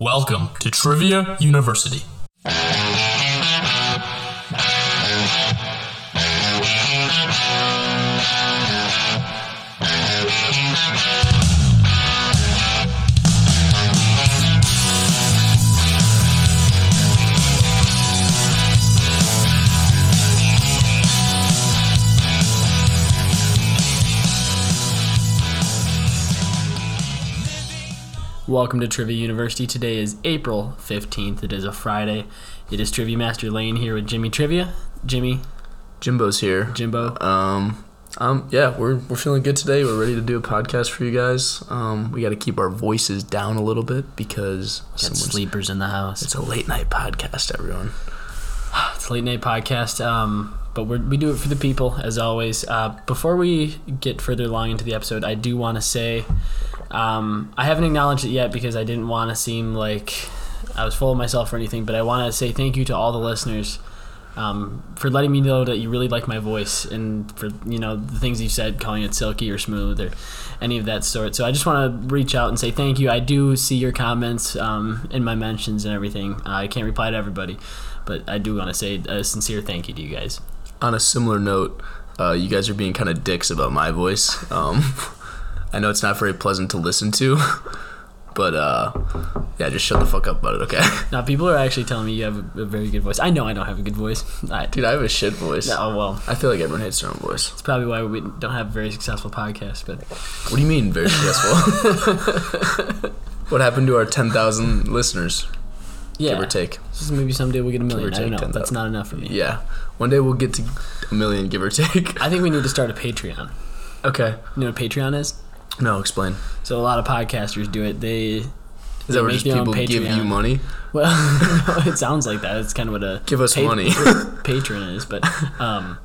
Welcome to Trivia University. Welcome to Trivia University. Today is April 15th. It is a Friday. It is Trivia Master Lane here with Jimmy Trivia. Jimmy, Jimbo's here. Jimbo. Um, um, yeah, we're we're feeling good today. We're ready to do a podcast for you guys. Um, we got to keep our voices down a little bit because Got someone's- sleepers in the house. It's a late night podcast, everyone. It's a late night podcast, um, but we're, we do it for the people, as always. Uh, before we get further along into the episode, I do want to say um, I haven't acknowledged it yet because I didn't want to seem like I was full of myself or anything, but I want to say thank you to all the listeners. Um, for letting me know that you really like my voice and for you know the things you said calling it silky or smooth or any of that sort so i just want to reach out and say thank you i do see your comments um, in my mentions and everything Uh, i can't reply to everybody but I do want to say a sincere thank you to you guys. On a similar note, uh, you guys are being kind of dicks about my voice. Um, I know it's not very pleasant to listen to, but uh, yeah, just shut the fuck up about it, okay? Now, people are actually telling me you have a, a very good voice. I know I don't have a good voice. I, Dude, I have a shit voice. oh, well, I feel like everyone hates their own voice. it's probably why we don't have a very successful podcast, but What do you mean very stressful? what happened to our ten thousand listeners, yeah. give or take? So maybe someday we'll get a million. I take don't know. 10,000. That's not enough for me. Yeah. One day we'll get to a million, give or take. I think we need to start a Patreon. okay. You know what Patreon is? No, explain. So a lot of podcasters do it. They Is that where make just their own people give Patreon. you money? Well, it sounds like that. It's kind of what a Give us pa- money. patron is, but um,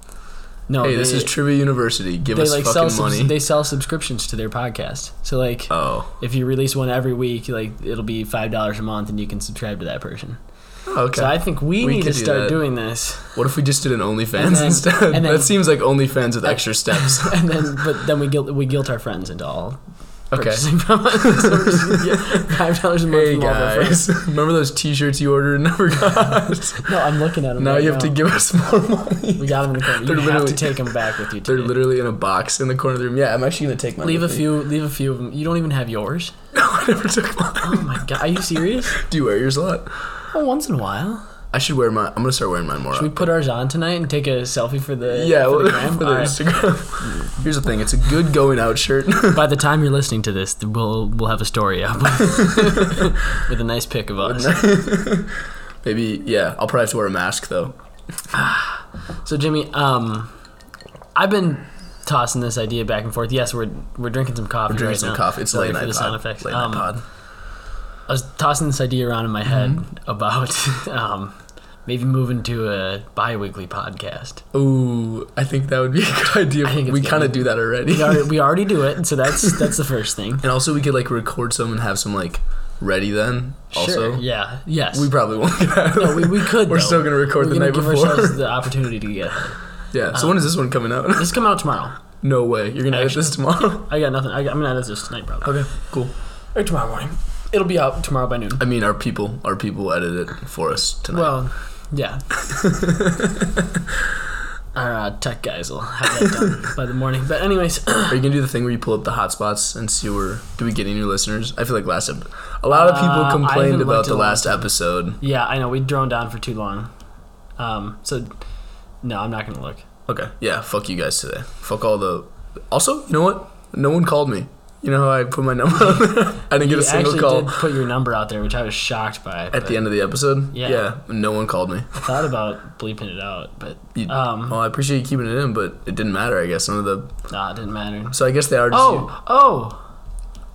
no. hey, this they- is Trivia University. Give They us like sell fucking subs- money. they sell subscriptions to their podcast. So like oh. if you release one every week, like it'll be five dollars a month, and you can subscribe to that person. Okay. So I think we, We need to could do start that. doing this, what if we just did an And OnlyFans then- instead? and then- that seems like OnlyFans with extra steps. and then but then we guilt we guilt our friends into all Okay. purchasing from us. So we're just gonna get five dollars a month hey from all of our friends. guys, remember those T-shirts you ordered and never got? No, I'm looking at them. now right you have to give us more money. We got them in the corner. They're You have to literally- take them back with you. They're today. literally in a box in the corner of the room. Yeah, I'm actually gonna take mine. Leave a with me. few. Leave a few of them. You don't even have yours. No, I never took mine. Oh my god! Are you serious? Do you wear yours a lot? Oh, once in a while. I should wear mine. I'm gonna start wearing mine more. Should we put ours on tonight and take a selfie for the yeah, for well, the gram? for the All right. Instagram. Here's the thing. It's a good going out shirt. By the time you're listening to this, th- we'll we'll have a story up with a nice pic of us. Maybe yeah. I'll probably have to wear a mask though. So Jimmy, um, I've been tossing this idea back and forth. Yes, we're we're drinking some coffee. I'm drinking right some now. coffee. It's Sorry late for night the pod. sound effects. Late Um, night pod. I was tossing this idea around in my head about um, maybe moving to a bi-weekly podcast. Ooh, I think that would be a good idea. I think it's we good. kind of do that already. We already, we already do it, so that's that's the first thing. and also, we could like record some and have some like ready then. Also, sure. Yeah. Yes. we probably won't get out. No, we, we could. We're though. still gonna record We're the gonna night give before. ourselves the opportunity to get. ahead. yeah. Uh-huh. So when is this one coming out? This is coming out tomorrow. no way. You're gonna edit Actually- this tomorrow. I got nothing. I got, I'm gonna edit this tonight, probably. okay. Cool. Or tomorrow morning. It'll be out tomorrow by noon. I mean, our people, our people edit it for us tonight. Well, yeah. Our uh, tech guys will have that done by the morning. But anyways, Are you gonna do the thing where you pull up the hotspots and see where do we get any new listeners? I feel like last ep- a lot of people Uh, I haven't complained looked about the at last last episode. yeah, I know we droned on for too long. Um, so no, I'm not gonna look. Okay, yeah, fuck you guys today. Fuck all the. Also, you know what? No one called me. You know how I put my number? on there? I didn't get you a single actually call did put your number out there, which I was shocked by. at the end of the episode. Yeah. no one called me. I thought about bleeping it out, but You- um, well, I appreciate you keeping it in, but it didn't matter. I guess none of the. nah, it didn't matter. So I guess they are. Just Oh, oh,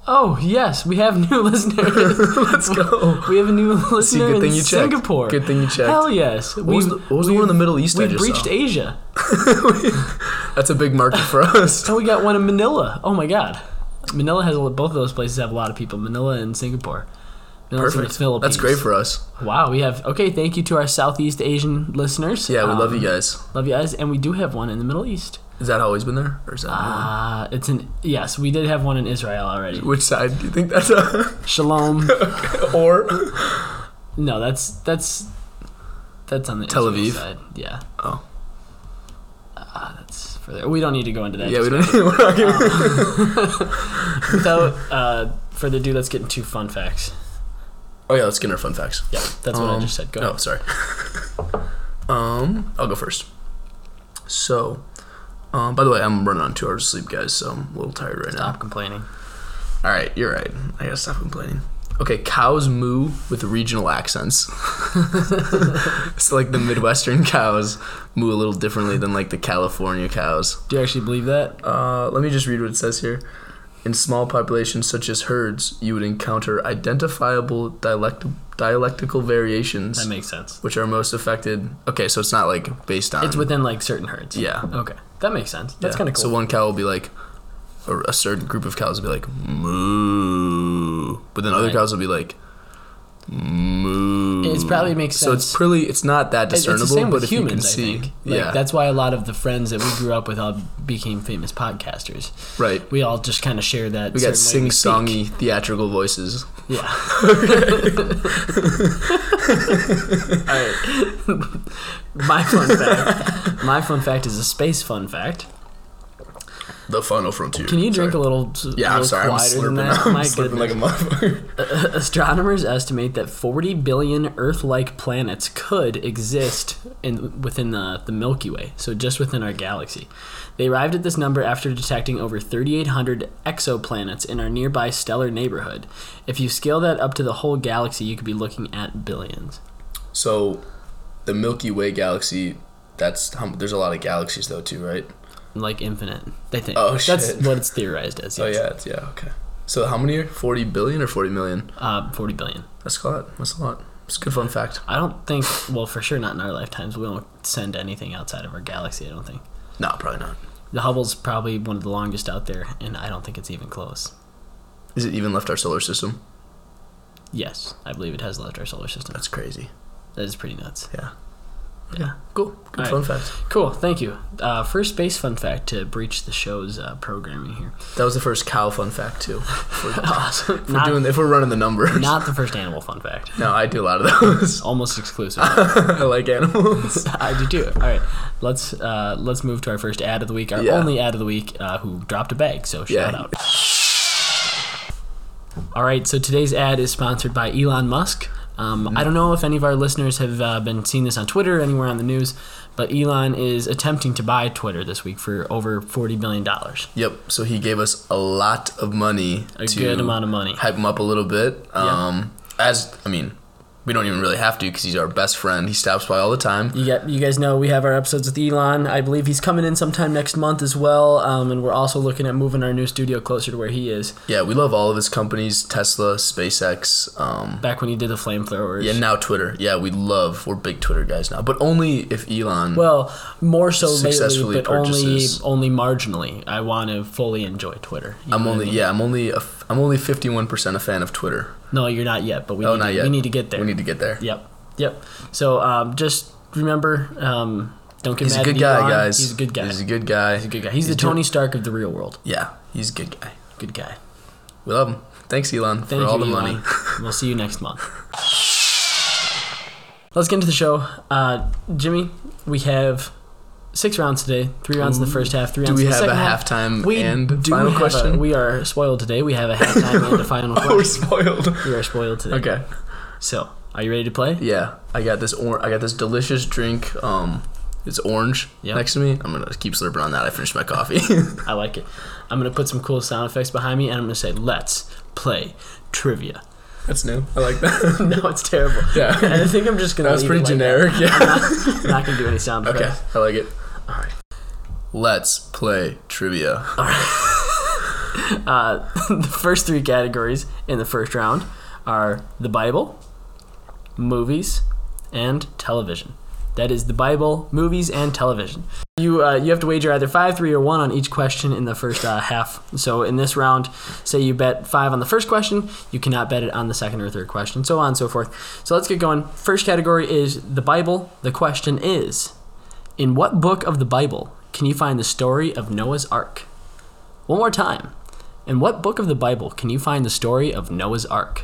oh, yes, we have new listeners. let's go. we have a new listener See, good in thing you checked. Singapore. Good thing you checked. Hell yes. What was, the, what was the one in the Middle East? I We've just reached saw? Asia. That's a big market for us. And we got one in Manila. Oh my god. Manila has a lot, both of those places have a lot of people. Manila and Singapore. Manila's in the Perfect. Philippines. That's great for us. Wow, we have okay, thank you to our Southeast Asian listeners. Yeah, we love Um, you guys. Love you guys. And we do have one in the Middle East. Is that always been there, or is that? new? Uh, it's an yes. We did have one in Israel already. Which side do you think that's on? Shalom. or No, that's that's that's on the Tel Israel Aviv? side. Yeah. Oh. Ah, that's further. We don't need to go into that. yeah, we don't. We're not gonna, Um, Without uh, further ado, let's get into fun facts. oh yeah, let's get our fun facts. Yeah, that's what I Um, just said. Go. Oh, ahead. sorry. um, I'll go first. So, um, by the way, I'm running on two hours of sleep, guys, so I'm a little tired right Stop complaining. now. All right, you're right. I gotta stop complaining. Okay, cows moo with regional accents. it's like the Midwestern cows moo a little differently than like the California cows. Do you actually believe that? Uh, let me just read what it says here. In small populations such as herds, you would encounter identifiable dialect- dialectical variations That makes sense. which are most affected. Okay, so it's not like based on. It's within like certain herds. Um, Yeah. Okay, that makes sense. That's yeah. kind of cool. So one cow will be like, or a certain group of cows will be like moo, but then other Right. cows will be like moo. It's probably makes So it's sense. pretty. It's not that It- discernible, it's the same but with if humans, you can see, I think. Like, yeah, That's why a lot of the friends that we grew up with all became famous podcasters. right. We all just kind of share that. We got certain way sing we speak. songy theatrical voices. Yeah. All right. My fun fact. My fun fact is a space fun fact. The final frontier. Can you drink a Sorry. little? little Yeah, I'm sorry. I'm quieter than slurping. that? I'm My slurping like a goodness. motherfucker. Astronomers estimate that 40 billion Earth-like planets could exist in within the, the Milky Way, so just within our galaxy. They arrived at this number after detecting over 3,800 exoplanets in our nearby stellar neighborhood. If you scale that up to the whole galaxy, you could be looking at billions. So, the Milky Way galaxy. That's how, there's a lot of galaxies though too, right? like infinite. They think Oh, that's shit. what it's theorized as. Oh yes. yeah, it's, yeah, okay. So how many are forty billion or forty million? uh, forty billion. That's a lot. That's a lot. It's a good fun fact. I don't think. Well, for sure, not in our lifetimes. We won't send anything outside of our galaxy. I don't think. No, probably not. The Hubble's probably one of the longest out there, and I don't think it's even close. Is it even left our solar system? Yes, I believe it has left our solar system. That's crazy. That is pretty nuts. Yeah. Yeah. Cool. Good All fun fact. Cool. Thank you. Uh, first space fun fact to breach the show's uh, programming here. That was the first cow fun fact too. If we're, Awesome. if we're Not, doing, if we're running the numbers. not the first animal fun fact. no, I do a lot of those. Almost exclusive. I like animals. I do too. All right, let's uh, let's move to our first ad of the week. Our Yeah. only ad of the week, uh, who dropped a bag. So shout Yeah. out. All right, so today's ad is sponsored by Elon Musk. Um, I don't know if any of our listeners have uh, been seeing this on Twitter or anywhere on the news, but Elon is attempting to buy Twitter this week for over forty billion dollars. Yep. So he gave us a lot of money. A to good amount of money. Hype him up a little bit. Yeah. Um, As I mean, we don't even really have to because he's our best friend. He stops by all the time. You get, you guys know we have our episodes with Elon. I believe he's coming in sometime next month as well, um, and we're also looking at moving our new studio closer to where he is. Yeah, we love all of his companies: Tesla, SpaceX. Um, Back when he did the flamethrowers. yeah, now Twitter. Yeah, we love. We're big Twitter guys now, but only if Elon. Well, more so lately, Successfully but purchases. only only marginally. I want to fully enjoy Twitter. You know I'm what I only. mean? Yeah, I'm only. A, f- I'm only 51 percent a fan of Twitter. No, you're not yet, but we Oh, need not to, yet. We need to get there. We need to get there. Yep, yep. So um, just remember, um, don't get He's a mad good at guy, Elon. guys. He's a good guy. He's a good guy. He's a good guy. He's, the Tony Stark of the real world. Yeah, he's a good guy. Good guy. We love him. Thanks, Elon, Thank for all you, the Elon. money. we'll see you next month. Let's get into the show, uh, Jimmy. We have six rounds today. Three rounds in the first half. Three Do rounds we in the have a second half. halftime and final have question? A, we are spoiled today. We have a halftime and a final oh, we're question. spoiled. We are spoiled today. Okay. So, are you ready to play? Yeah, I got this. Or- I got this delicious drink. Um, it's orange Yep. next to me. I'm gonna keep slurping on that. I finished my coffee. I like it. I'm gonna put some cool sound effects behind me, and I'm gonna say, "Let's play trivia." That's new. I like that. no, it's terrible. Yeah. and I think I'm just gonna. That was leave pretty it like generic. that. Yeah. I'm not, I'm not gonna do any sound Okay, effects. I like it. All right. Let's play trivia. Uh, the first three categories in the first round are the Bible, movies, and television. That is the Bible, movies, and television. You uh, you have to wager either five, three, or one on each question in the first uh, half. So in this round, say you bet five on the first question, you cannot bet it on the second or third question, so on and so forth. So let's get going. First category is the Bible. The question is, in what book of the Bible can you find the story of Noah's Ark? One more time. In what book of the Bible can you find the story of Noah's Ark?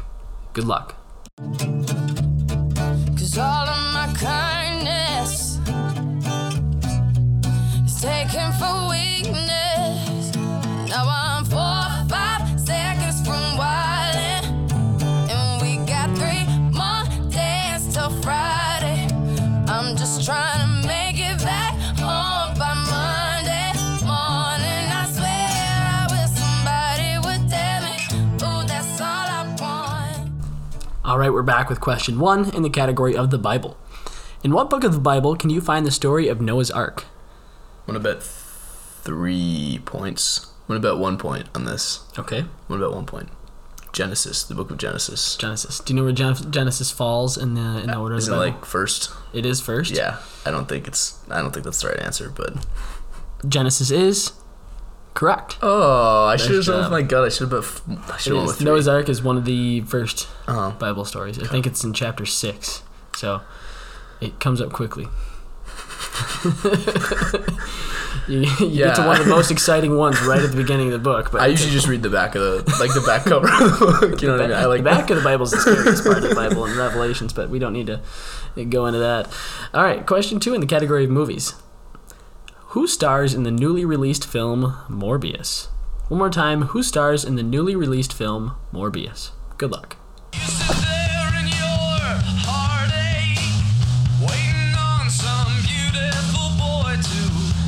Good luck. Cause all of my kindness is taken for weakness. Now I'm four, five seconds from wildin', and we got three more days till Friday. I'm just trying to make it back home by Monday morning. I swear I wish somebody would tell me, ooh, that's all I want. All right, we're back with question one in the category of the Bible. In what book of the Bible can you find the story of Noah's Ark? I'm gonna bet three points. I'm gonna bet one point on this. Okay, I'm gonna bet one point. Genesis, the book of Genesis. Genesis. Do you know where Gen- Genesis falls in the in the order Isn't of it the Bible? like first? it is first. Yeah. I don't think it's. I don't think that's the right answer. But Genesis is correct. oh, I should have. job. Oh my god, I should have. Bet, I should It have went is. with three. Noah's Ark is one of the first Uh-huh. Bible stories. I think it's in chapter six, so it comes up quickly. you you get to Yeah. one of the most exciting ones right at the beginning of the book. But I usually just read the back of the like the back cover of the book. You know what I mean? I like the back of the Bible is the scariest part of the Bible in Revelations, but we don't need to go into that. All right, question two in the category of movies. Who stars in the newly released film Morbius? One more time, who stars in the newly released film Morbius? Good luck. There in your heartache, waiting on some beautiful boy to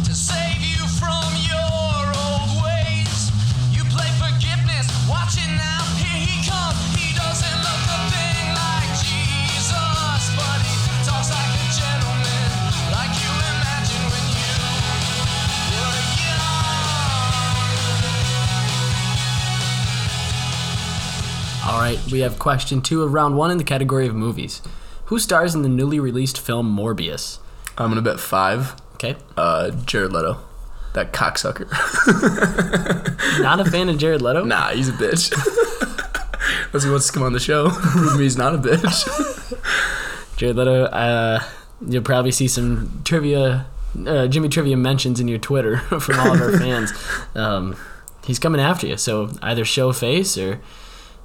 to save you from your old ways. You play forgiveness, watch it now. Here he comes. He doesn't look a thing like Jesus, but he talks like a gentleman, like you imagine when you were young. All right, we have question two of round one in the category of movies. Who stars in the newly released film Morbius? I'm gonna bet five. Okay, Uh, Jared Leto, that cocksucker. not a fan of Jared Leto. nah, he's a bitch. Unless he wants to come on the show, prove me he's not a bitch. Jared Leto, uh, you'll probably see some trivia, uh, Jimmy Trivia mentions in your Twitter from all of our fans. Um, he's coming after you, so either show face or,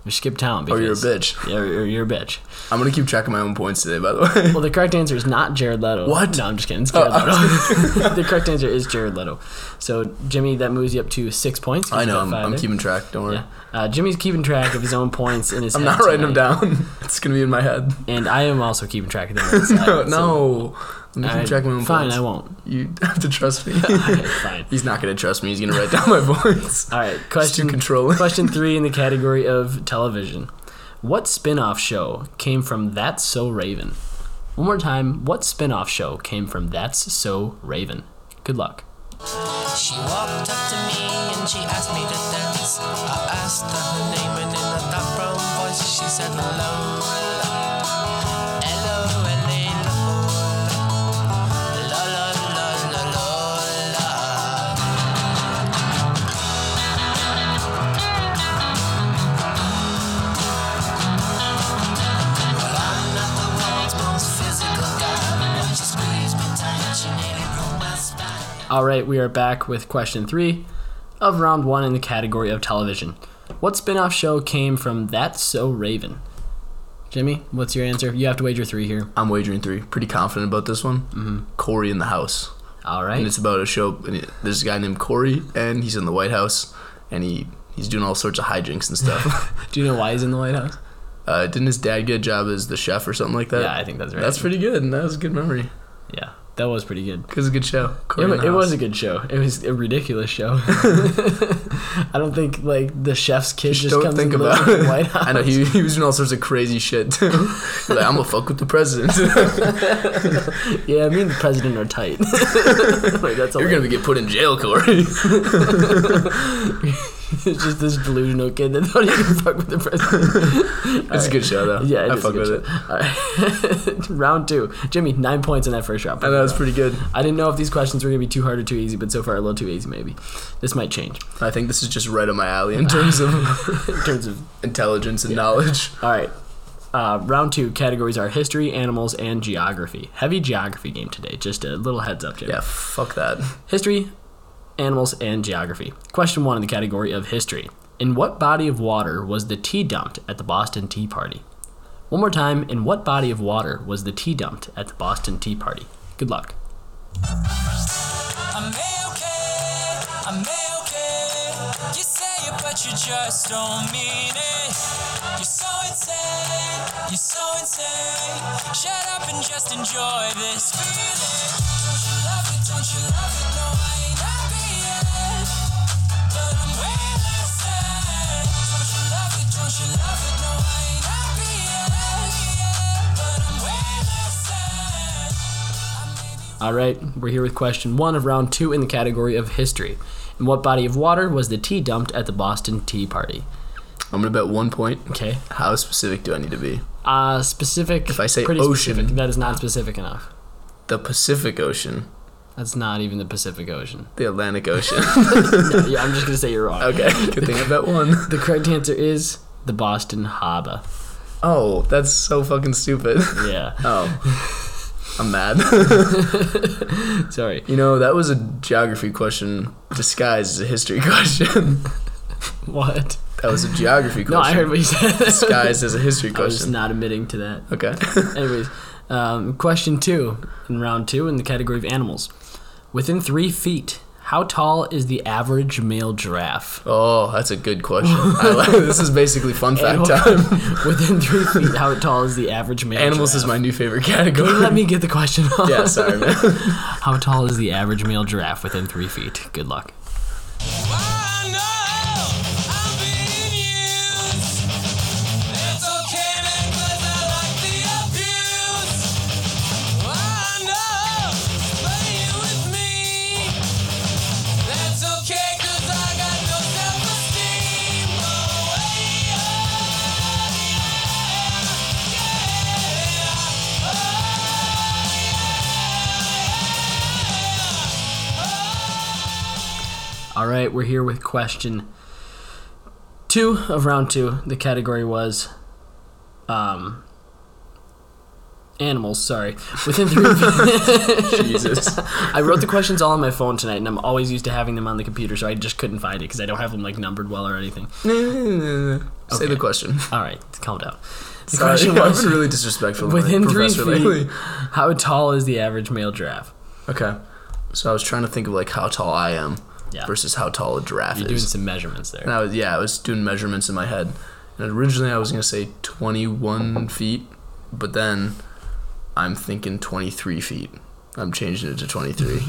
or skip town. or Because, Oh, you're a bitch. Yeah, or, or you're a bitch. I'm gonna keep track of my own points today, by the way. Well, the correct answer is not Jared Leto. What? Oh, No, I'm just kidding. It's Jared Leto. the correct answer is Jared Leto. So, Jimmy, that moves you up to six points. 'cause I you know. got I'm, five I'm there. keeping track. Don't worry. Yeah. Uh, Jimmy's keeping track of his own points in his I'm head not writing them tonight, down. It's gonna be in my head. And I am also keeping track of them. in his head, No, so no. I'm I- keeping track of my own fine, points. I won't. You have to trust me. Okay, fine. he's not gonna trust me. He's gonna write down my points. All right, It's too question controlling. question three in the category of television. What spin-off show came from That's So Raven? One more time, what spin-off show came from That's So Raven? Good luck. She walked up to me and she asked me to dance. I asked her her name and in a dark brown voice she said hello. Hello, Elena. La la la la la la. Well, I'm not the world's most physical guy, but she squeezed me tight, she nearly broke my spine. All right, we are back with question three of round one in the category of television. What spin-off show came from That's So Raven? Jimmy, what's your answer? You have to wager three here. I'm wagering three. Pretty confident about this one. Mm-hmm. Corey in the house, All and right. it's about a show. And it- there's a guy named Corey, and he's in the White House, and he he's doing all sorts of hijinks and stuff. Do you know why he's in the White House? uh, didn't his dad get a job as the chef or something like that? Yeah, I think that's right. That's pretty good. and That was a good memory. Yeah, that was pretty good. It was a good show. Corey It, in wa- the it House. was a good show. It was a ridiculous show. I don't think like the chef's kid just, don't comes think and about lives in it. the White House. I know he, he was doing all sorts of crazy shit too. like I'm gonna fuck with the president. Yeah, me and the president are tight. like that's all. You're gonna get put in jail, Corey. it's just this delusional kid that thought he could fuck with the president. It's a good show though. Yeah, it I is a fuck good with it. show. All right. Round two, Jimmy, nine points in that first round. And that was pretty good. I didn't know if these questions were gonna be too hard or too easy, but so far a little too easy, maybe. This might change I think this is just right up my alley in terms of in terms of intelligence and knowledge. All right. Uh, round two categories are history, animals, and geography. Heavy geography game today. Just a little heads up, Jim. Yeah, fuck that. History, animals, and geography. Question one in the category of history. In what body of water was the tea dumped at the Boston Tea Party? One more time, in what body of water was the tea dumped at the Boston Tea Party? Good luck. I'm okay, I'm okay. You say it, but you just don't mean it. You're so insane, you're so insane. Shut up and just enjoy this feeling. Don't you love it? Don't you love it? No, I ain't happy yet, but I'm way less sad. Don't you love it? Don't you love it? No, I ain't happy yet, but I'm way less sad. I may be All right, we're here with question one of round two in the category of history. In what body of water was the tea dumped at the Boston Tea Party? I'm gonna bet one point. Okay. How specific do I need to be? Uh, specific. If I say pretty ocean- specific, that is not specific enough. The Pacific Ocean, That's not even the Pacific Ocean. the Atlantic Ocean. yeah, I'm just gonna say you're wrong. okay, good thing I bet one. The correct answer is the Boston Harbor. Oh, that's so fucking stupid. Yeah. Oh, I'm mad. Sorry. you know that was a geography question disguised as a history question. What? that was a geography question No, I heard what you said. disguised as a history I was question. not admitting to that. okay. Anyways, um, question two in round two in the category of animals. Within three feet, how tall is the average male giraffe? oh, that's a good question. I like, this is basically fun fact Animal- time. Within three feet, how tall is the average male? Animals is giraffe? my new favorite category. Let me get the question. Off. yeah, sorry, man. How tall is the average male giraffe within three feet? Good luck. I know I'm being used. It's okay, man, 'cause I like the abuse. I know playing with me. That's okay, 'cause I got no self-esteem. Oh, hey, oh, yeah, yeah, All right, we're here with question two of round two. The category was um, animals. Sorry, within three. Jesus. I wrote the questions all on my phone tonight, and I'm always used to having them on the computer, so I just couldn't find it because I don't have them like numbered well or anything. Say the question. All right, calm down. The Sorry, question I've was been really disrespectful. to my within three Professor lately. feet. How tall is the average male giraffe? Okay. So I was trying to think of like how tall I am Yeah. versus how tall a giraffe You're is. doing some measurements there. and I was yeah, I was doing measurements in my head. And originally I was gonna say twenty one feet, but then I'm thinking twenty three feet. I'm changing it to twenty three.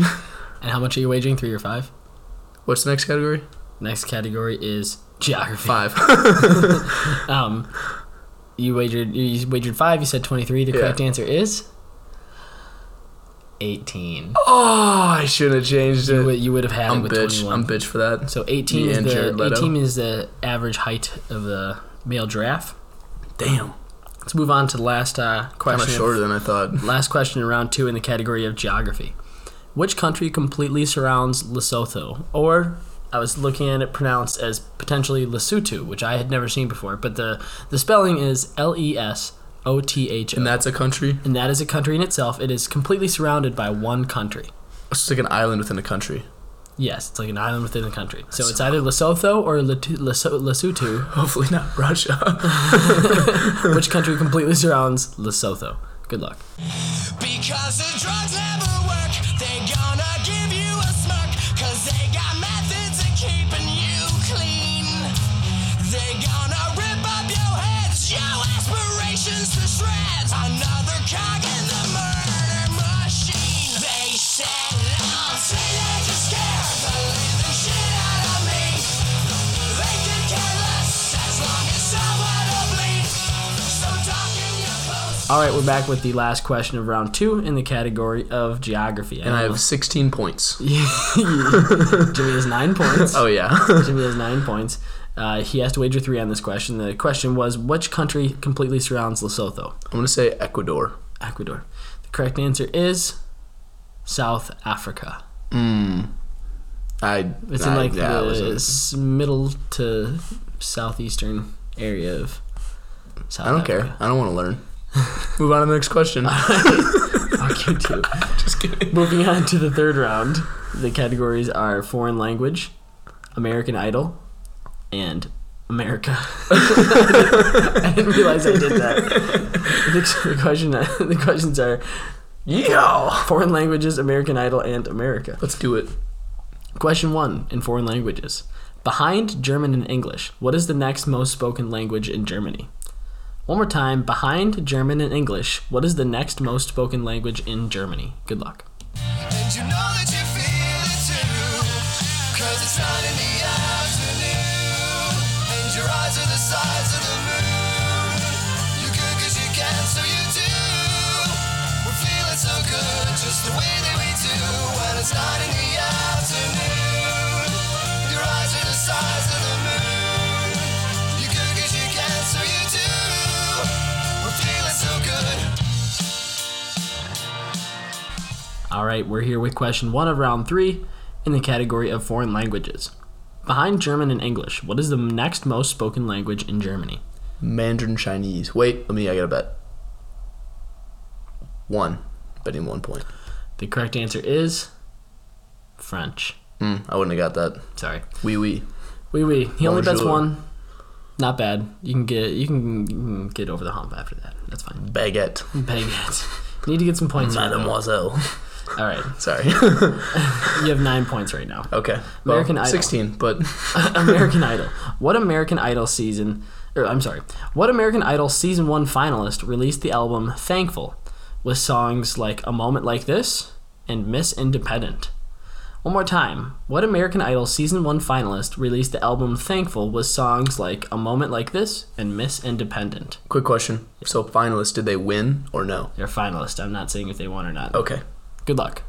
And how much are you wagering? Three or five? What's the next category? Next category is geography. Five. Um, you wagered you wagered five. You said twenty three. The Yeah. correct answer is eighteen. oh, I should have changed You it. would- You would have had it I'm with bitch. twenty I'm one. bitch for that. So eighteen Me is and Jared the Leto. eighteen is the average height of the male giraffe. Damn. Let's move on to the last uh, Kind question. of shorter than I thought. Last question in round two in the category of geography. Which country completely surrounds Lesotho? Or I was looking at it pronounced as potentially Lesotho, which I had never seen before, but the, the spelling is L E S O T H O. And that's a country. And that is a country in itself. It is completely surrounded by one country. It's like an island within a country. Yes, it's like an island within a country. So it's either Lesotho or Letu- Leso- Lesotho. Hopefully not Russia. Which country completely surrounds Lesotho? Good luck. Because the drugs never work, they gonna give you a smirk. Cause they got methods of keeping you clean. They gonna rip up your heads, your aspirations to shreds. Another cog in the murder machine. They said, I'll say that you scare the living shit out of me. They can care less as long as someone will bleed. So talk in your clothes. All right, we're back with the last question of round two in the category of geography. And I have 16 points. Jimmy has nine points. Oh yeah. Jimmy has nine points. Uh, he has to wager three on this question. The question was, which country completely surrounds Lesotho? I'm gonna say Ecuador. Ecuador. The correct answer is South Africa. I. It's I- in like yeah, I the wasn't- s- middle to southeastern area of South I don't care. I don't want to learn. Move on to the next question. Fuck you too. Just kidding. Moving on to the third round, the categories are foreign language, American Idol, and America. I didn't realize I did that. The question, the questions are yeah. foreign languages, American Idol, and America. Let's do it. Question one in foreign languages. Behind German and English, what is the next most spoken language in Germany? One more time, behind German and English, what is the next most spoken language in Germany? Good luck. And you know that you feel it too. Cause it's not in the afternoon. And your eyes are the size of the moon. You could cause you can, so you do. We're feeling so good, just the way that we do. When it's not in the afternoon. Your eyes are the size of the moon. You could cause you can, so you do. We're feeling so good. All right, we're here with question one of round three in the category of foreign languages. Behind German and English, what is the next most spoken language in Germany? Mandarin Chinese. Wait, let me. I got to bet. One. Betting one point. The correct answer is French. Mm, I wouldn't have got that. Sorry. Wee wee. Wee wee. He only bets Bonjour. one. Not bad. You can get you can, you can get over the hump after that. That's fine. Baguette. Bang it. Need to get some points. here, though. Mademoiselle. All right. Sorry. You have nine points right now. okay. American Idol. 16, but American Idol. What American Idol season? Or I'm sorry. What American Idol season one finalist released the album "Thankful" with songs like "A Moment Like This" and "Miss Independent"? One more time. What American Idol season one finalist released the album "Thankful" with songs like "A Moment Like This" and "Miss Independent"? quick question. So, finalists, did they win or no? They're finalist. I'm not saying if they won or not. Okay. Good luck.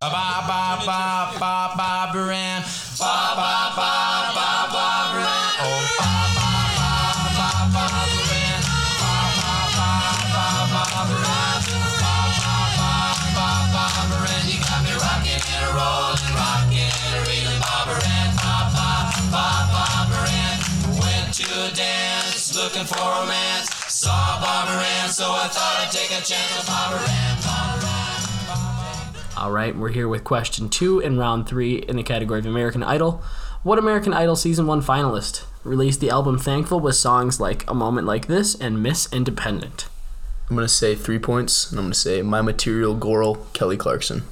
Ba ba ba ba ba brand. Ba ba ba ba ba brand. Oh ba ba ba ba ba brand. Ba ba ba ba ba brand. Ba ba ba ba ba brand. You got me rocking and rolling, rocking and reeling. Ba brand. Ba ba ba ba brand. Went to a dance, looking for romance. Saw Barbara Ann, so I thought I'd take a chance on Barbara Ann. Barbara Ann. All right, we're here with question two in round three in the category of American Idol. What American Idol season one finalist released the album Thankful with songs like A Moment Like This and Miss Independent? I'm going to say three points, and I'm going to say my material girl, Kelly Clarkson.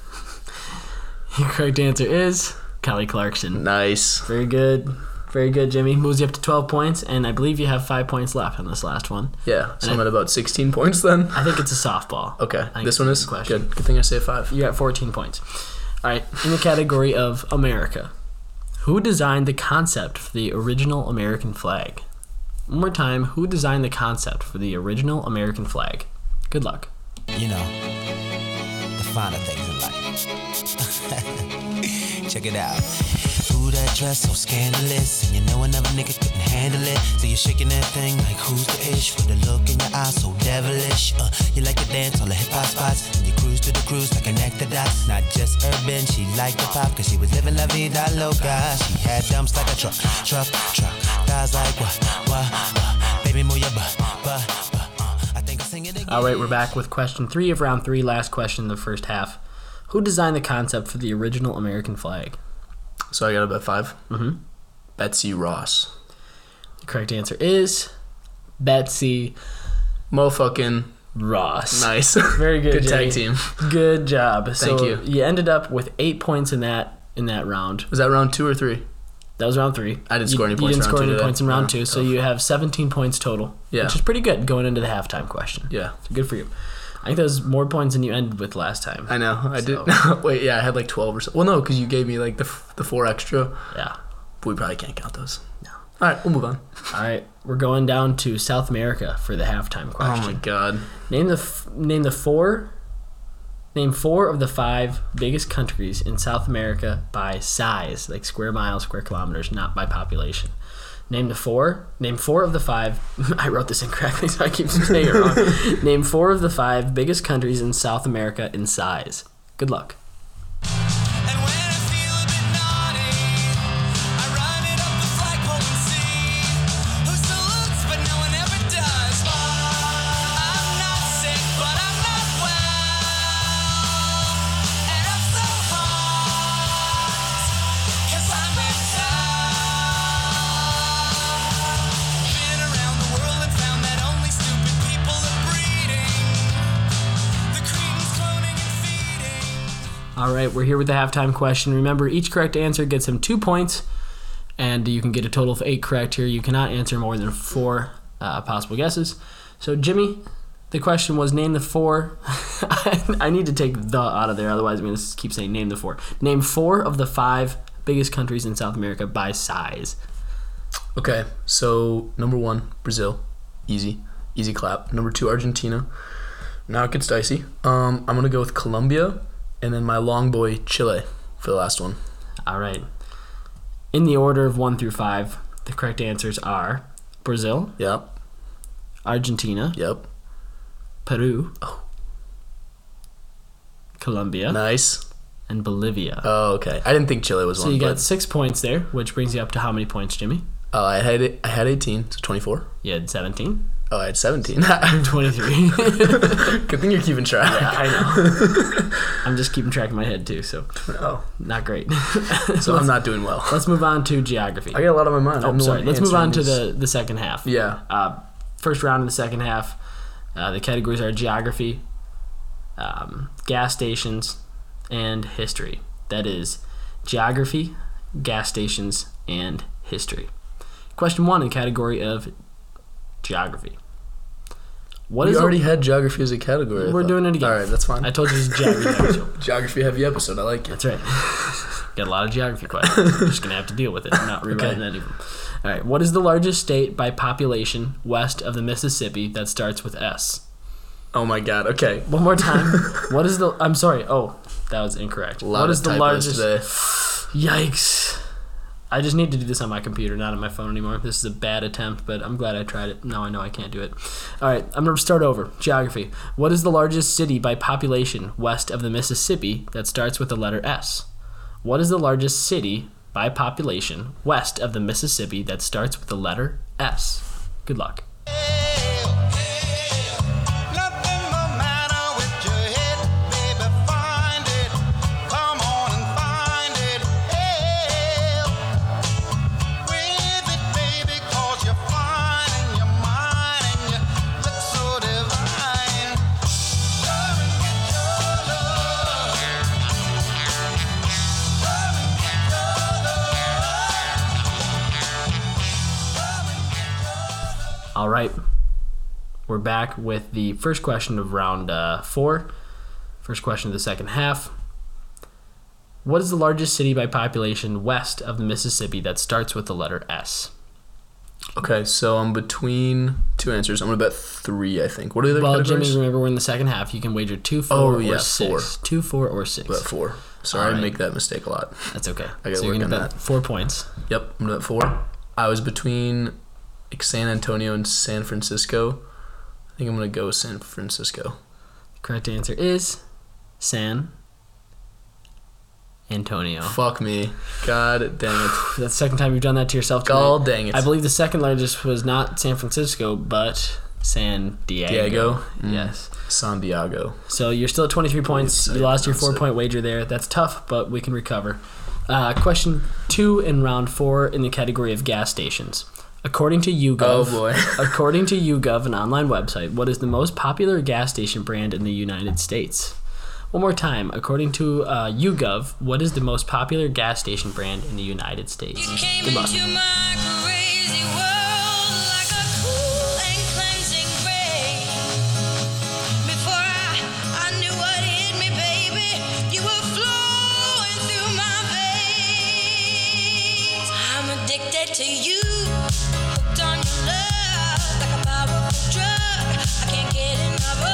The correct answer is Kelly Clarkson. Nice. Very good. Very good, Jimmy. Moves you up to 12 points, and I believe you have five points left on this last one. Yeah. So, I'm at about 16 points then. I think it's a softball. Okay. I think This it's one a is? question. Good. Good thing I say five. You're at 14 points. All right, in the category of America, who designed the concept for the original American flag? One more time, who designed the concept for the original American flag? Good luck. you know, the finer things in life. Check it out. Ooh, that dress so scandalous, and you know another nigga couldn't handle it. So you're shaking that thing like who's the ish with a look in your eye so devilish. Uh, you like to dance all the hip hop spots, and you cruise to the cruise like connect the dots. Not just urban, she liked the pop, cause she was living la vida loca. She had dumps like a truck, truck, truck. Thighs like what, what, what. Baby, move your butt, butt, butt. Uh, I think I'll sing it again. All right, we're back with question three of round three, last question in the first half. Who designed the concept for the original American flag? So, I got about five. Mm hmm. Mm-hmm. Betsy Ross. The correct answer is Betsy Motherfucking Ross. nice. Very good, Good tag Jimmy. team. Good job. so you. You ended up with eight points in that in that round. Was that round two or three? That was round three. I didn't You- score any You points didn't in round score two, any did I? points in round No. two, so you have 17 points total, Yeah. which is pretty good going into the halftime question. Yeah. So good for you. I think that was more points than you ended with last time. I know. I So- did. Wait, yeah, I had like 12 or so. Well, no, because you gave me like the, f- the four extra. yeah. We probably can't count those. No. All right, we'll move on. All right, we're going down to South America for the halftime Oh question. my god. Name the f- name the four name four of the five biggest countries in South America by size, like square miles, square kilometers, not by population. Name the four. Name four of the five. I wrote this incorrectly, so I keep saying it wrong. name four of the five biggest countries in South America in size. Good luck. And when I feel a bit naughty, I run it up the flagpole and see who still looks, but no one ever does. All right, we're here with the halftime question. Remember, each correct answer gets him two points, and you can get a total of eight correct here. You cannot answer more than four uh, possible guesses. So, Jimmy, the question was name the four. I, I need to take the out of there, otherwise, I'm going to keep saying name the four. Name four of the five biggest countries in South America by size. Okay, so number one, Brazil. Easy. Easy clap. Number two, Argentina. Now it gets dicey. Um, I'm going to go with Colombia and then my long boy, Chile, for the last one. All right. In the order of one through five, the correct answers are Brazil, Yep, Argentina, yep. Peru, Colombia, Nice. and Bolivia. Oh, okay. I didn't think Chile was so one. you got but, six points there, which brings you up to how many points, Jimmy? uh, I had it, I had 18, so 24. You had 17, Oh, I had 17. Good 23. thing you're keeping track. I know. I'm just keeping track in my head, too, so Oh, not great. so I'm not doing well. Let's move on to geography. I got a lot on my mind. Oh, I'm the sorry. one Let's move on to answering these. the, the second half. Yeah. Uh, first round in the second half. Uh, the categories are geography, um, gas stations, and history. That is geography, gas stations, and history. Question one in category of geography. What We is a- already had geography as a category. I We're thought. doing it again. All right, that's fine. I told you it's geography. episode. geography heavy episode. I like it. That's right. Got a lot of geography questions. I'm just gonna have to deal with it. I'm not rewriting any of them. All right. What is the largest state by population west of the Mississippi that starts with S? Oh my god. Okay. One more time. what is the? I'm sorry. Oh, that was incorrect. A lot what of is the typos largest? today. Yikes. I just need to do this on my computer, not on my phone anymore. This is a bad attempt, but I'm glad I tried it. Now I know I can't do it. All right, I'm going to start over. Geography. What is the largest city by population west of the Mississippi that starts with the letter S? What is the largest city by population west of the Mississippi that starts with the letter S? Good luck. Nothing the matter with your head, baby. Find it. Come on and find it. Help with it, baby, cause you're fine in your mind and you look so divine. Come and get your love. Come and get your love. Come and get your love. All right. We're back with the first question of round uh, four. First question of the second half. What is the largest city by population west of the Mississippi that starts with the letter S? Okay, so I'm between two answers. I'm gonna bet three. I think. What are the other Well, categories? Jimmy, remember we're in the second half. You can wager two, four, Oh, or yeah, six. Two, four, or six. bet four. Sorry, I Alright. make that mistake a lot. That's okay. gotta so you're work gonna on bet that. four points. Yep, I'm at four. I was between like, San Antonio and San Francisco. I think I'm gonna go with San Francisco. Correct answer is San Antonio. Fuck me. God dang it. That's the second time you've done that to yourself. Tonight. God dang it. I believe the second largest was not San Francisco, but San Diego. Diego. Yes. San Diego. So you're still at 23 points. Yes, I You lost your four pronounce it. point wager there. That's tough, but we can recover. Uh, question two in round four in the category of gas stations. According to YouGov, Oh, boy. according to YouGov, an online website, what is the most popular gas station brand in the United States? One more time. According to uh, YouGov, what is the most popular gas station brand in the United States? You came Good luck. into my crazy world like a cool and cleansing ray. Before I, I knew what hit me, baby, you were flowing through my veins. I'm addicted to you, hooked on your love like a powerful drug. I can't get enough. of.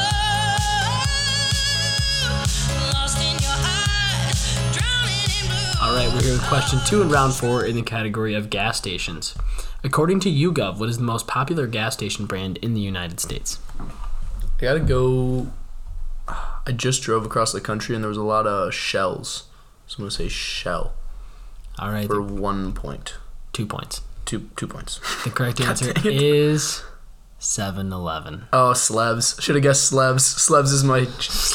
Lost in your eyes, drowning in blue. All right, we're here with question two in round four in the category of gas stations. According to YouGov, what is the most popular gas station brand in the United States? I gotta go. I just drove across the country and there was a lot of shells. So I'm gonna say shell All right, for one point. two points. Two two points. The correct answer is 7 Eleven. Oh, Slevs. Should have guessed Slevs. Slevs is my.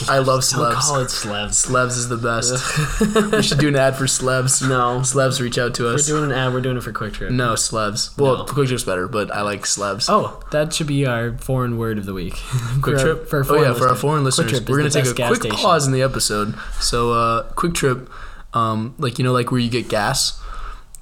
I Don't love Slevs. call it Slevs. Slevs is the best. we should do an ad for Slevs. No. Slevs, reach out to We're us. doing an ad, we're doing it for Quick Trip. no, Slevs. Well, No. Quick Trip's better, but I like Slevs. Oh, that should be our foreign word of the week. For Quick our- Trip. for our oh yeah, foreign for our listeners. Quick foreign listeners, Trip is we're gonna the take a best gas quick station. pause in the episode. So, uh, Quick Trip, um, like you know, like where you get gas.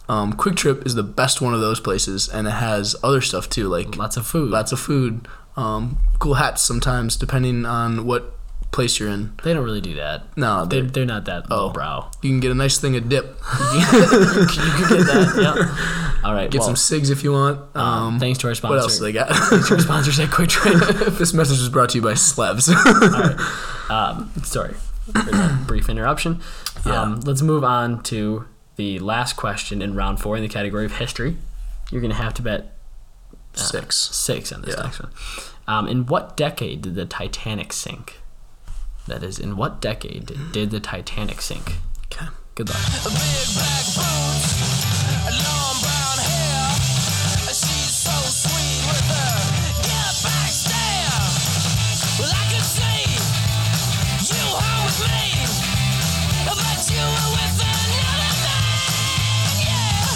Um, Quick Trip is the best one of those places, and it has other stuff too, like Lots of food. lots of food, um, cool hats sometimes, depending on what place you're in. They don't really do that. No, They're, they they're not that Oh. oh. brow. you can get a nice thing of dip. You can get that. Yeah. All right. Get well, some cigs if you want. Um, thanks to our sponsor. what else they got? Our sponsors at Quick Trip. this message was brought to you by Slevs. Sorry for that brief interruption. Um, let's move on to the last question in round four in the category of history. You're going to have to bet Six. six on this Yeah. next one. Um, in what decade did the Titanic sink? That is, in what decade did the Titanic sink? Okay. Good luck. Big black boots, long brown hair. She's so sweet with her. Get back there. Well, I could see you were with me, but you were with another man. Yeah.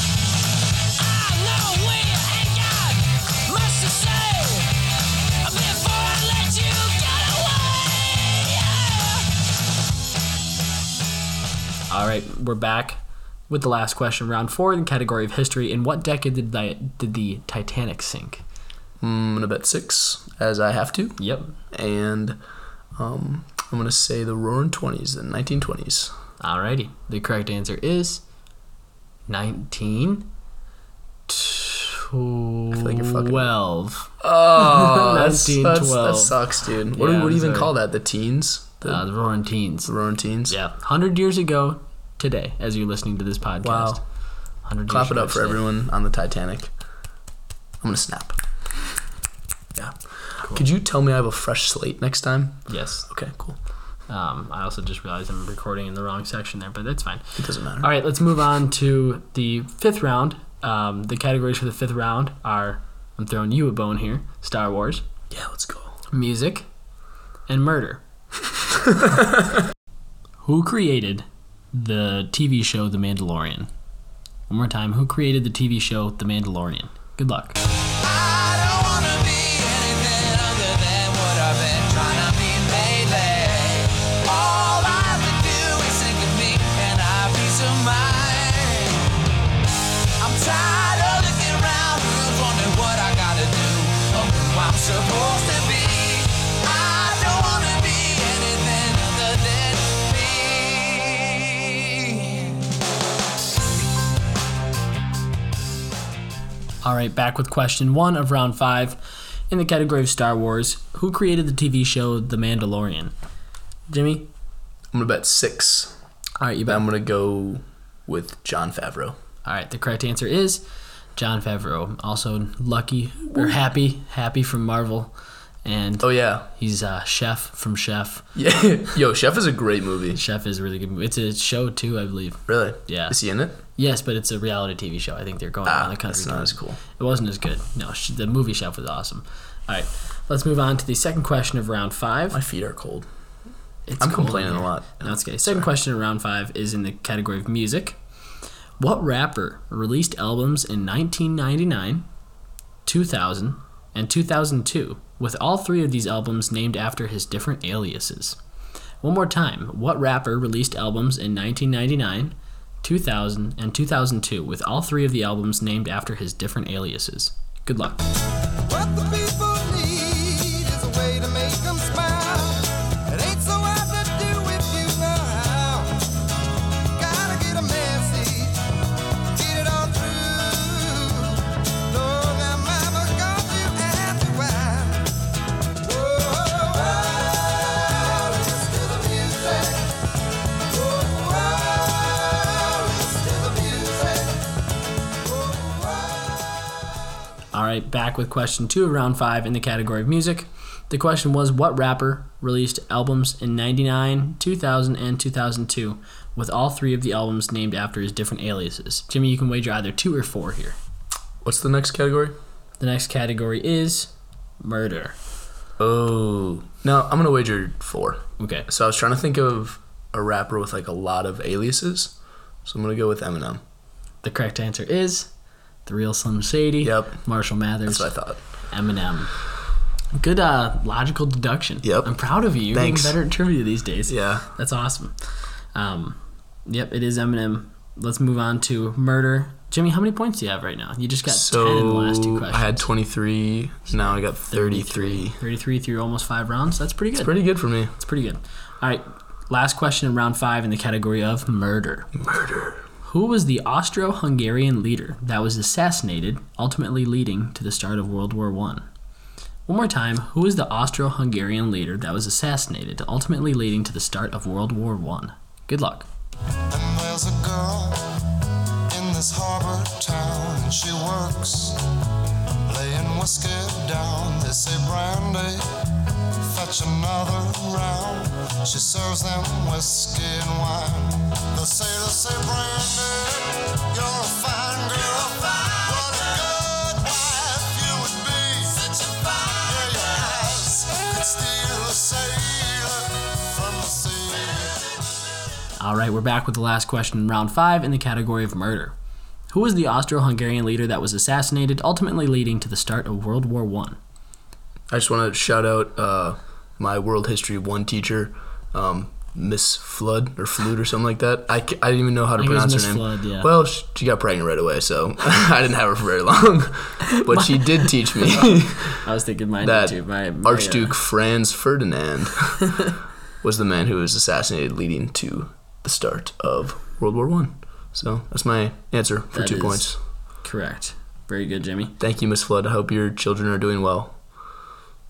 I know we ain't got much to say before I let you get away. Yeah. All right, we're back with the last question, round four in the category of history. In what decade did the, did the Titanic sink? Hmm, I'm gonna bet six as I have to, Yep. and um, I'm gonna say the Roaring Twenties, the 1920s. Alrighty. The correct answer is 19. like you're fucking- 12. Oh, that's, that's, that 1912. sucks, dude. What do Yeah, what do you even sorry. call that? The teens, the Uh, the Roaring Teens. Roaring Teens. Yeah. 100 years ago today, as you're listening to this podcast. Wow. 100 Clap years it ago up for today. everyone on the Titanic. I'm gonna snap. Yeah. Could you tell me I have a fresh slate next time? Yes. Okay, cool. Um, I also just realized I'm recording in the wrong section there, but that's fine. It doesn't matter. All right, let's move on to the fifth round. Um, the categories for the fifth round are I'm throwing you a bone here Star Wars, Yeah, let's go. music, and murder. who created the TV show The Mandalorian? One more time, who created the TV show The Mandalorian? Good luck. I don't wanna be anything other than what I've been trying to be lately. All I would do is think of me and our peace of mind. I'm tired of looking around, wondering what I gotta do or who I'm supposed to be. I don't wanna be anything other than me. All right, back with question one of round five in the category of Star Wars. Who created the TV show The Mandalorian? Jimmy? I'm gonna bet six. All right, you bet. I'm gonna go with John Favreau. All right, the correct answer is John Favreau. Also, lucky or happy, happy from Marvel, and Oh yeah, he's uh, Chef from Chef. yeah. Yo, Chef is a great movie. Chef is a really good. movie. It's a show too, I believe. Really? Yeah. Is he in it? Yes, but it's a reality TV show. I think they're going Ah, around the country. that's not doing as it. cool. It wasn't as good. No, sh- the movie Chef was awesome. All right, let's move on to the second question of round five. My feet are cold. It's I'm cold in complaining a here. lot. No, it's okay. Second question in round five is in the category of music. What rapper released albums in 1999, 2000, and 2002, with all three of these albums named after his different aliases? One more time. What rapper released albums in 1999, 2000, and 2002, with all three of the albums named after his different aliases? Good luck. What the people need is a way to make them smile. It ain't so hard to do if you know how. Gotta get a message, get it all through. Lord, now mama got you after a while. Whoa, listen to the music. Whoa, listen to the music. All right, back with question two of round five in the category of music. The question was what rapper released albums in 99, 2000, and 2002, with all three of the albums named after his different aliases? Jimmy, you can wager either two or four here. What's the next category? The next category is murder. Oh. No, I'm going to wager four. Okay. So I was trying to think of a rapper with like a lot of aliases. So I'm going to go with Eminem. The correct answer is the real Slim Shady. Yep. Marshall Mathers. That's what I thought. Eminem. Good uh, logical deduction. Yep. I'm proud of you. You're Thanks. getting better at trivia these days. Yeah. That's awesome. Um, yep, it is Eminem. Let's move on to murder. Jimmy, how many points do you have right now? You just got 10 in the last two So I questions. had 23. Now I got 33. 33 through almost five rounds. That's pretty good. It's pretty good for me. It's pretty good. All right, last question in round five in the category of murder. Murder. Who was the Austro-Hungarian leader that was assassinated, ultimately leading to the start of World War One? One more time. Who was the Austro-Hungarian leader that was assassinated, ultimately leading to the start of World War One? Good luck. And there's a girl in this harbor town, and she works laying whiskey down. They say brandy, fetch another round. She serves them whiskey and wine. They say, they say, brandy, you're a fine girl. What a good wife you would be. Such a fine yeah, your eyes could steal a sailor from the sea. All right, we're back with the last question in round five in the category of murder. Who was the Austro-Hungarian leader that was assassinated, ultimately leading to the start of World War One? I just want to shout out uh, my World History 1 teacher, um, Miss Flood or Flood or something like that. I, ca- I didn't even know how to think it was pronounce her Miss name. Flood, yeah. Well, sh- she got pregnant right away, so I didn't have her for very long. But she did teach me I was thinking mine that too. My, my, uh, Archduke Franz Ferdinand was the man who was assassinated, leading to the start of World War One. So that's my answer for That two is- points. uh, Correct. Very good, Jimmy. Thank you, Miss Flood. I hope your children are doing well.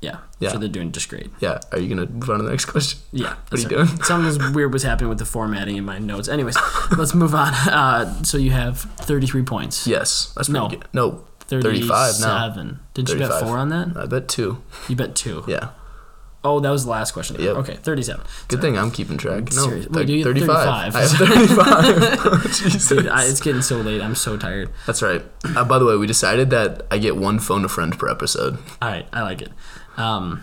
Yeah. Yeah. So they're doing just great. Yeah. Are you gonna move on to the next question? Yeah. What are that's you doing? right. Something weird was happening with the formatting in my notes. Anyways, let's move on. Uh, so you have 33 points. Yes. That's No. pretty good. No. Thirty-five now. Did you bet 35. four on that? I bet two. You bet two. Yeah. Oh, that was the last question. Yep. Okay, 37. Good thing I'm keeping track. No, Serious- wait, thir- you- 35. 35. I have 35. Jesus. Dude, I, it's getting so late. I'm so tired. That's right. Uh, by the way, we decided that I get one phone a friend per episode. All right, I like it. Um,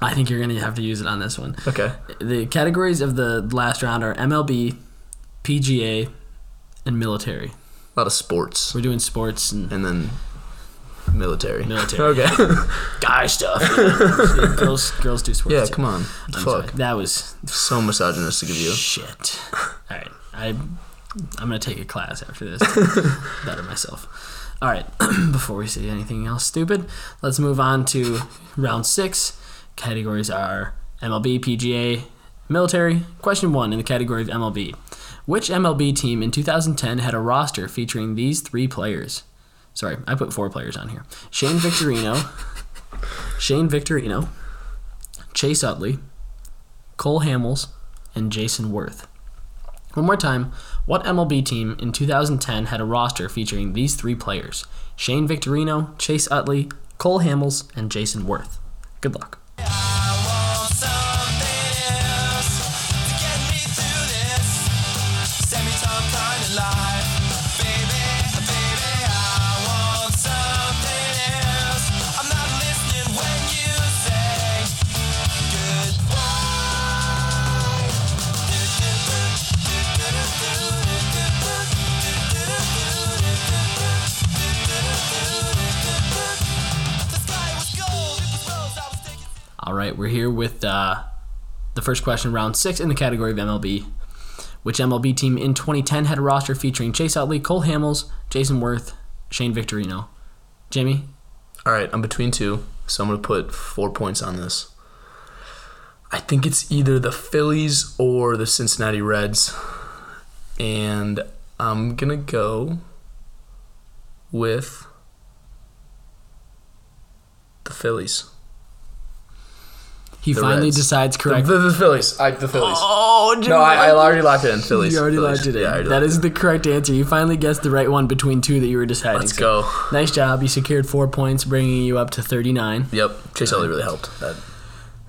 I think you're gonna have to use it on this one. Okay. The categories of the last round are MLB, PGA, and military. A lot of sports We're doing sports and and then military. Military. okay. guy stuff. you know. girls, girls do sports. yeah, too. come on. I'm Fuck. sorry. That was So misogynistic of you. shit. All right, I, I'm gonna take a class after this. to better myself. All right, before we say anything else stupid, let's move on to round six. Categories are MLB, PGA, military. Question one in the category of MLB. Which MLB team in 2010 had a roster featuring these three players? Sorry, I put four players on here. Shane Victorino, Shane Victorino, Chase Utley, Cole Hamels, and Jason Worth. One more time, what MLB team in 2010 had a roster featuring these three players Shane Victorino, Chase Utley, Cole Hamels, and Jason Worth? Good luck. All right, we're here with uh, the first question, round six in the category of MLB. Which MLB team in 2010 had a roster featuring Chase Utley, Cole Hamels, Jason Worth, Shane Victorino? Jamie, All right, I'm between two, so I'm going to put four points on this. I think it's either the Phillies or the Cincinnati Reds. And I'm going to go with the Phillies. he The finally Reds. decides The, correctly. the, the Phillies. I, the Phillies. Oh, Jamie, no, I, I already locked it in. Phillies. You already Phillies. locked it in. Yeah, I already that locked is it the correct answer. You finally guessed the right one between two that you were deciding. Let's So, go. Nice job. You secured four points, bringing you up to 39. in. Yep. Chase Elliott really helped. That,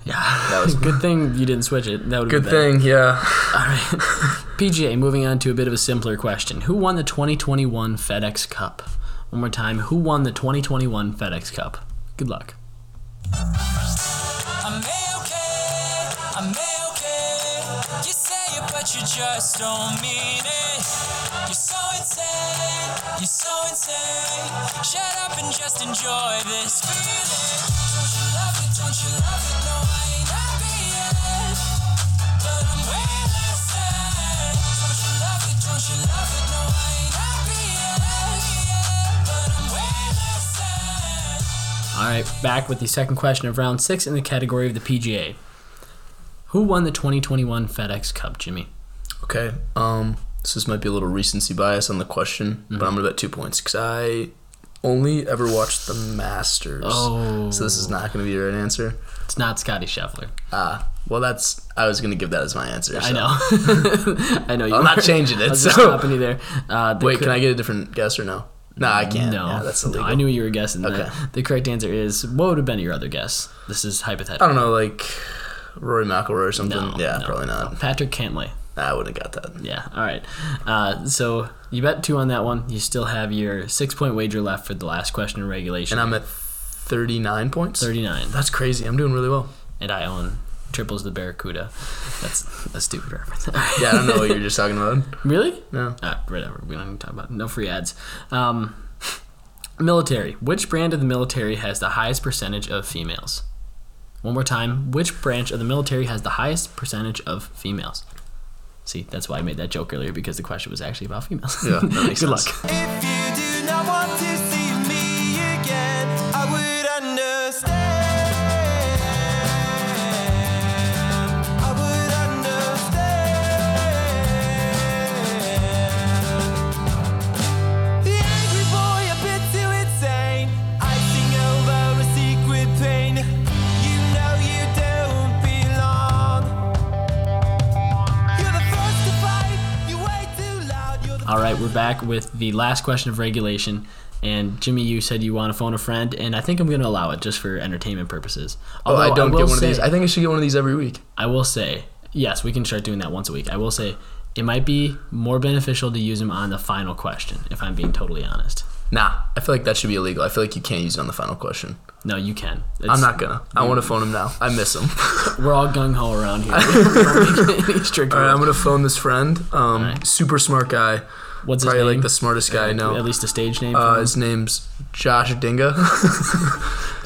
Yeah. that was Good thing you didn't switch it. That would good thing. Yeah. All right. PGA, moving on to a bit of a simpler question. Who won the 2021 FedEx Cup? One more time. Who won the 2021 FedEx Cup? Good luck. I'm okay, I'm okay. You say it, but you just don't mean it. You're so insane, you're so insane. Shut up and just enjoy this feeling. Don't you love it? Don't you love it? No, I ain't happy yet. But I'm way less sad. Don't you love it? Don't you love it? No, I ain't happy yet. But I'm way less sad. All right, back with the second question of round six in the category of the PGA. Who won the 2021 FedEx Cup, Jimmy? Okay. Um, so this might be a little recency bias on the question, Mm-hmm. but I'm gonna bet two points because I only ever watched the Masters. Oh. So this is not gonna be your right answer. It's not Scotty Scheffler. Ah, well, that's I was gonna give that as my answer. I so- know. I know. You I'm not were. changing it, I was just so- stopping you there. Uh, the Wait, cor- can I get a different guess or no? No, I can't. No, yeah, that's No, illegal. I knew you were guessing Okay. that. The correct answer is what would have been your other guess? This is I hypothetical. don't know, like Rory McIlroy or something. No, yeah, no, probably not. no. Patrick Cantley. I wouldn't have got that. Yeah. All right. Uh, so you bet two on that one. You still have your six point wager left for the last question in regulation. And I'm at 39 points. 39. That's crazy. I'm doing really well. and I own triples the Barracuda. That's a stupid reference. Yeah, I don't know what you're just talking about. really? No. Uh, whatever. We don't even talk about it. no free ads. Um, military. Which brand of the military has the highest percentage of females? One more time. Which branch of the military has the highest percentage of females? See, that's why I made that joke earlier because the question was actually about females. Yeah, that makes Good sense. luck. If you do not want to see me again, I would understand. I would understand. The angry boy, a bit too insane. I sing over a secret pain. You know you don't belong. You're the first to fight. You wait too loud. You're the All right, we're back with the last question of regulation. And Jimmy, you said you want to phone a friend, and I think I'm going to allow it just for entertainment purposes. Oh, I Although don't will get one of say- these. I think I should get one of these every week. I will say, yes, we can start doing that once a week. I will say it might be more beneficial to use them on the final question, if I'm being totally honest. Nah, I feel like that should be illegal. I feel like you can't use it on the final question. No, you can. It's, I'm not gonna. I want to phone him now. I miss him. We're all gung ho around here. Don't make any strict All right, I'm rules. gonna phone this friend. Um, right. super smart guy. What's his Probably name? like the smartest guy I know. At least a stage name. uh, for him? his name's Josh Dinga.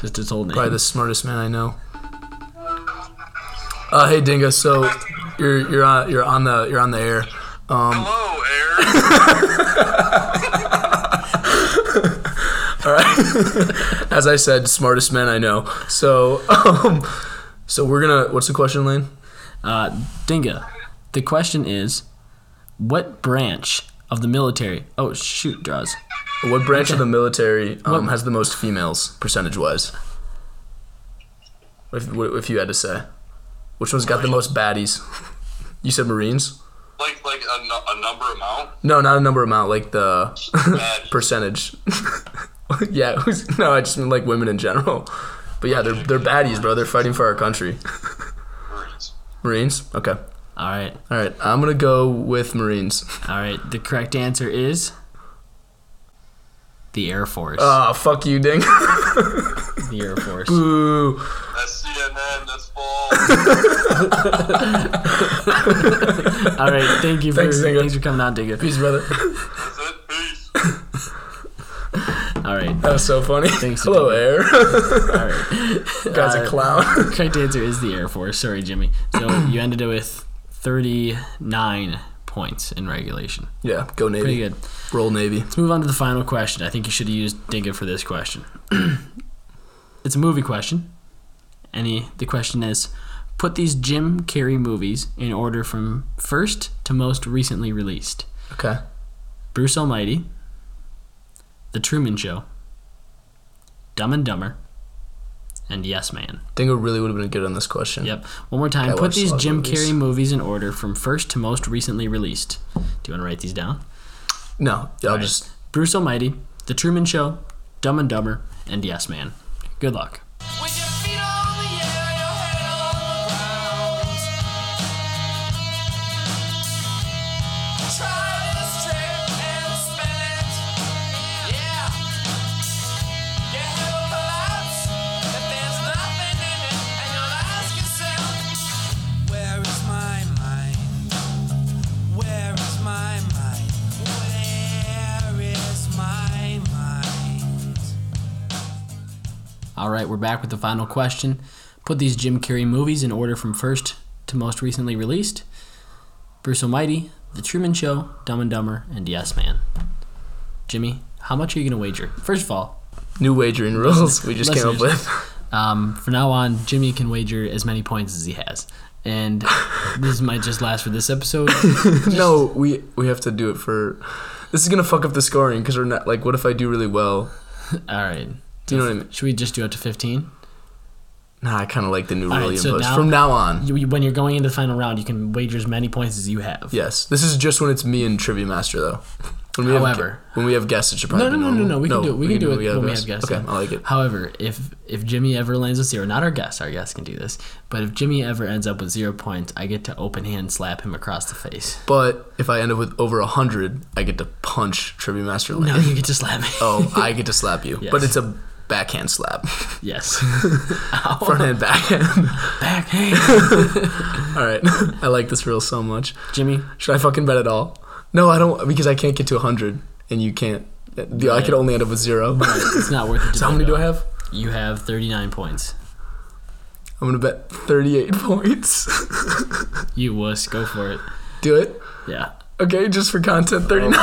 just his old name. Probably the smartest man I know. Uh, hey Dinga, so you're you're on you're on the you're on the air. Um, Hello, Air. As I said, smartest man I know. So um, so we're gonna. What's the question, Lane? Uh, Dinga, the question is, what branch of the military? Oh shoot, draws. What branch of the military um, What- has the most females, percentage wise? If, wh- if you had to say, which one's got the most baddies? You said Marines? like like a, nu- a number amount. No, not a number amount, like the Bad. percentage. yeah, who's, no, I just mean like women in general. But yeah, they're they're baddies, bro. They're fighting for our country. Marines. Marines. Okay. All right, All right. I'm gonna go with Marines. all right. The correct answer is the Air Force. Ah, fuck you, ding. the Air Force. Ooh. That's CNN. That's false. All right, thank you for Thanks, thanks, Dinga. for coming on, Dinga. Peace, brother. That's it. Peace. All right, That was so funny. Thanks, Hello, Dinga. Air. all right. Guy's a Uh, clown. Correct answer is the Air Force. Sorry, Jimmy. So you ended it with 39 points in regulation. Yeah, go Navy. Pretty good. Roll Navy. Let's move on to the final question. I think you should have used Dinga for this question. it's a movie question. Any the question is put these Jim Carrey movies in order from first to most recently released. Okay. Bruce Almighty, The Truman Show, Dumb and Dumber, and Yes Man. Dingo really would have been good on this question. Yep. One more time. I Put watched a these lot of Jim movies. Carrey movies in order from first to most recently released. Do you want to write these down? No, I'll All right. just. Bruce Almighty, The Truman Show, Dumb and Dumber, and Yes Man. Good luck. With your feet on the air, your head on the ground. Try to strip and spin it. Yeah. Your head will collapse if there's nothing All right, we're back with the final question. Put these Jim Carrey movies in order from first to most recently released Bruce Almighty, The Truman Show, Dumb and Dumber, and Yes Man. Jimmy, how much are you going to wager? First of all, New wagering rules we just came up Listeners. with. um, from now on, Jimmy can wager as many points as he has. And this might just last for this episode. no, we we have to do it for. This is gonna fuck up the scoring because we're not like. What if I do really well? All right. Do you know what I mean? Should we just do up to 15? Nah, I kind of like the new All rule right, you so imposed. now- From now on, You, you- when you're going into the final round, you can wager as many points as you have. yes. This is just when it's me and Trivia Master though. When we have, However- gu- when we have guests, it should No, probably no, be no, no, normal. no. We can do it. We, can do it when when we have guests. Okay, yeah. I like it. However, if if Jimmy ever lands with zero, not our guest, our guest can do this. But if Jimmy ever ends up with zero points, I get to open hand slap him across the face. But if I end up with over hundred, I get to punch Trivia Master. No, Lane. you get to slap me. oh, I get to slap you, Yes. Oh. but it's a backhand slap, yes. front hand, backhand. Back. Hey, all right, I like this rule so much. Jimmy. Should I fucking bet at all? No, I don't because I can't get to 100 and you can't. the- I could only end up with zero. It's not worth it. To so how bet many do I on. have? You have 39 points. I'm gonna bet 38 points. You wuss. Go for it. do it. Yeah. Okay, just for Oh. content, 39.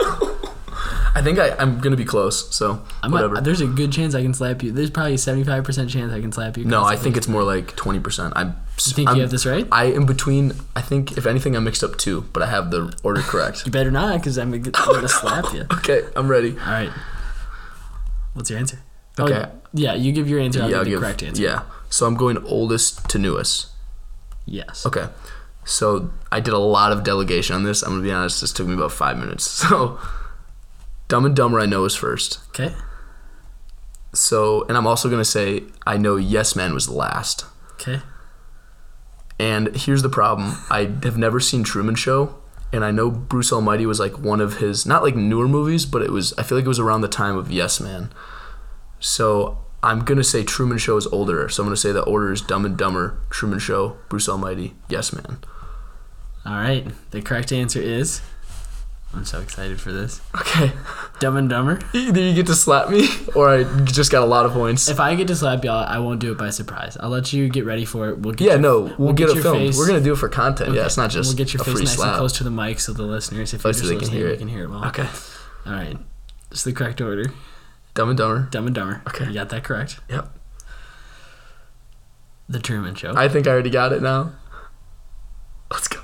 I think I, I'm gonna be close, so I'm whatever. not, there's a good chance I can slap you. There's probably a 75% chance I can slap you. no, across I the think face. it's more like 20%. I'm, you think you have this right? I am between, I think, if anything, I mixed up two, but I have the order correct. You better not, because I'm going to slap you. okay, I'm ready. All right. What's your answer? Okay. Oh, yeah, you give your answer. I'll I'll give the give- correct answer. Yeah, so I'm going oldest to newest. Yes. Okay. So I did a lot of delegation on this. I'm gonna be honest, this took me about five minutes. So Dumb and Dumber I know is first. Okay. So and I'm also gonna say I know Yes Man was last. Okay. And here's the problem. I have never seen Truman Show and I know Bruce Almighty was like one of his not like newer movies, but it was I feel like it was around the time of Yes Man. So I'm gonna say Truman Show is older. So I'm gonna say the order is Dumb and Dumber, Truman Show, Bruce Almighty, Yes Man. All right. The correct answer is. I'm so excited for this. Okay. Dumb and Dumber. Either you get to slap me, or I just got a lot of points. If I get to slap y'all, I won't do it by surprise. I'll let you get ready for it. We'll get yeah, your- no, we'll, get, your a film. face- We're gonna do it for content. Yeah, Okay. it's not just We'll get your a face free nice slap. and close to the mic so the listeners, if Oh, you're so just they can listening, hear you it. can hear it well. Okay, All right. It's the correct order. Dumb and Dumber. Dumb and Dumber. Okay. You got that correct. Yep. The Truman Show. I think I already got it now. Let's go.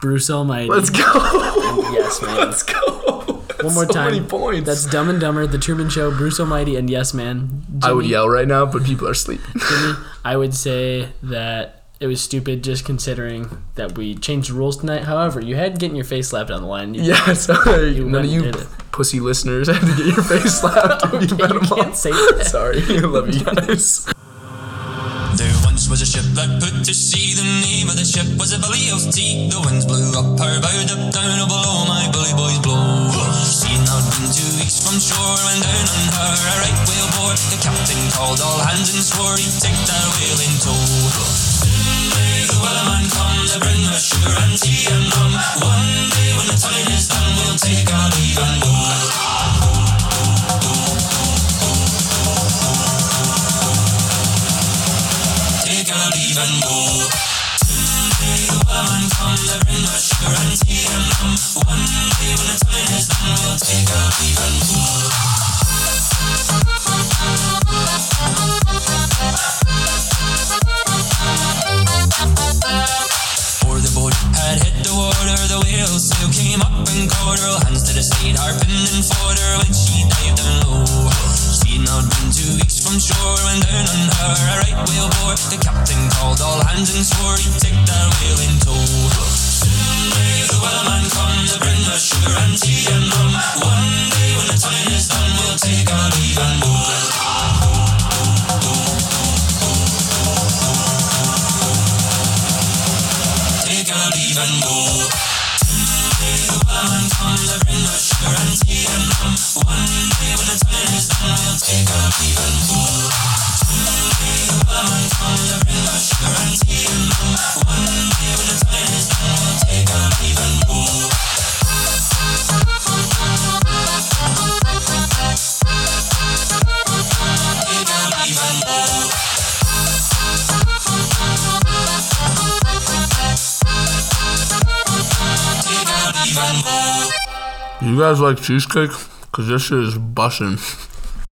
Bruce Almighty. Let's go. Yes, man. Let's go. One more so time. Many points. That's Dumb and Dumber, The Truman Show, Bruce Almighty, and Yes Man. I would Jimmy- yell right now, but people are sleeping. Jimmy, I would say that it was stupid just considering that we changed the rules tonight. However, you had getting your face slapped on the line. You yeah, sorry. You None went and of you did it. pussy listeners have to get your face slapped. if you bet 'em can't all. say that. Sorry. I love you guys. There once was a ship that put to sea. The name of the ship was a Billy of Tea. The winds blew up her bow, up down oh, below my bully boys blow. Seen not been two weeks from shore, when down on her a right whale bore. The captain called all hands and swore he'd take that whale in tow. Soon may the wellerman come to bring us sure and tea and rum. One day when the time is done, we'll take our leave and go. Take our leave and go. Before the boat had hit the water, the whale sail came up and caught her. Hands to the side, harping and fought her when she dived down low. She'd not been two weeks from shore when down on her a right whale bore. The captain called all hands and swore he'd take that whale in tow. Soon may the whaleman come to bring us sugar and tea and rum. One day when the time is done, we'll take our leave and go. Take our leave and go. Ninety- You guys like cheesecake? Cause this shit is bussin'.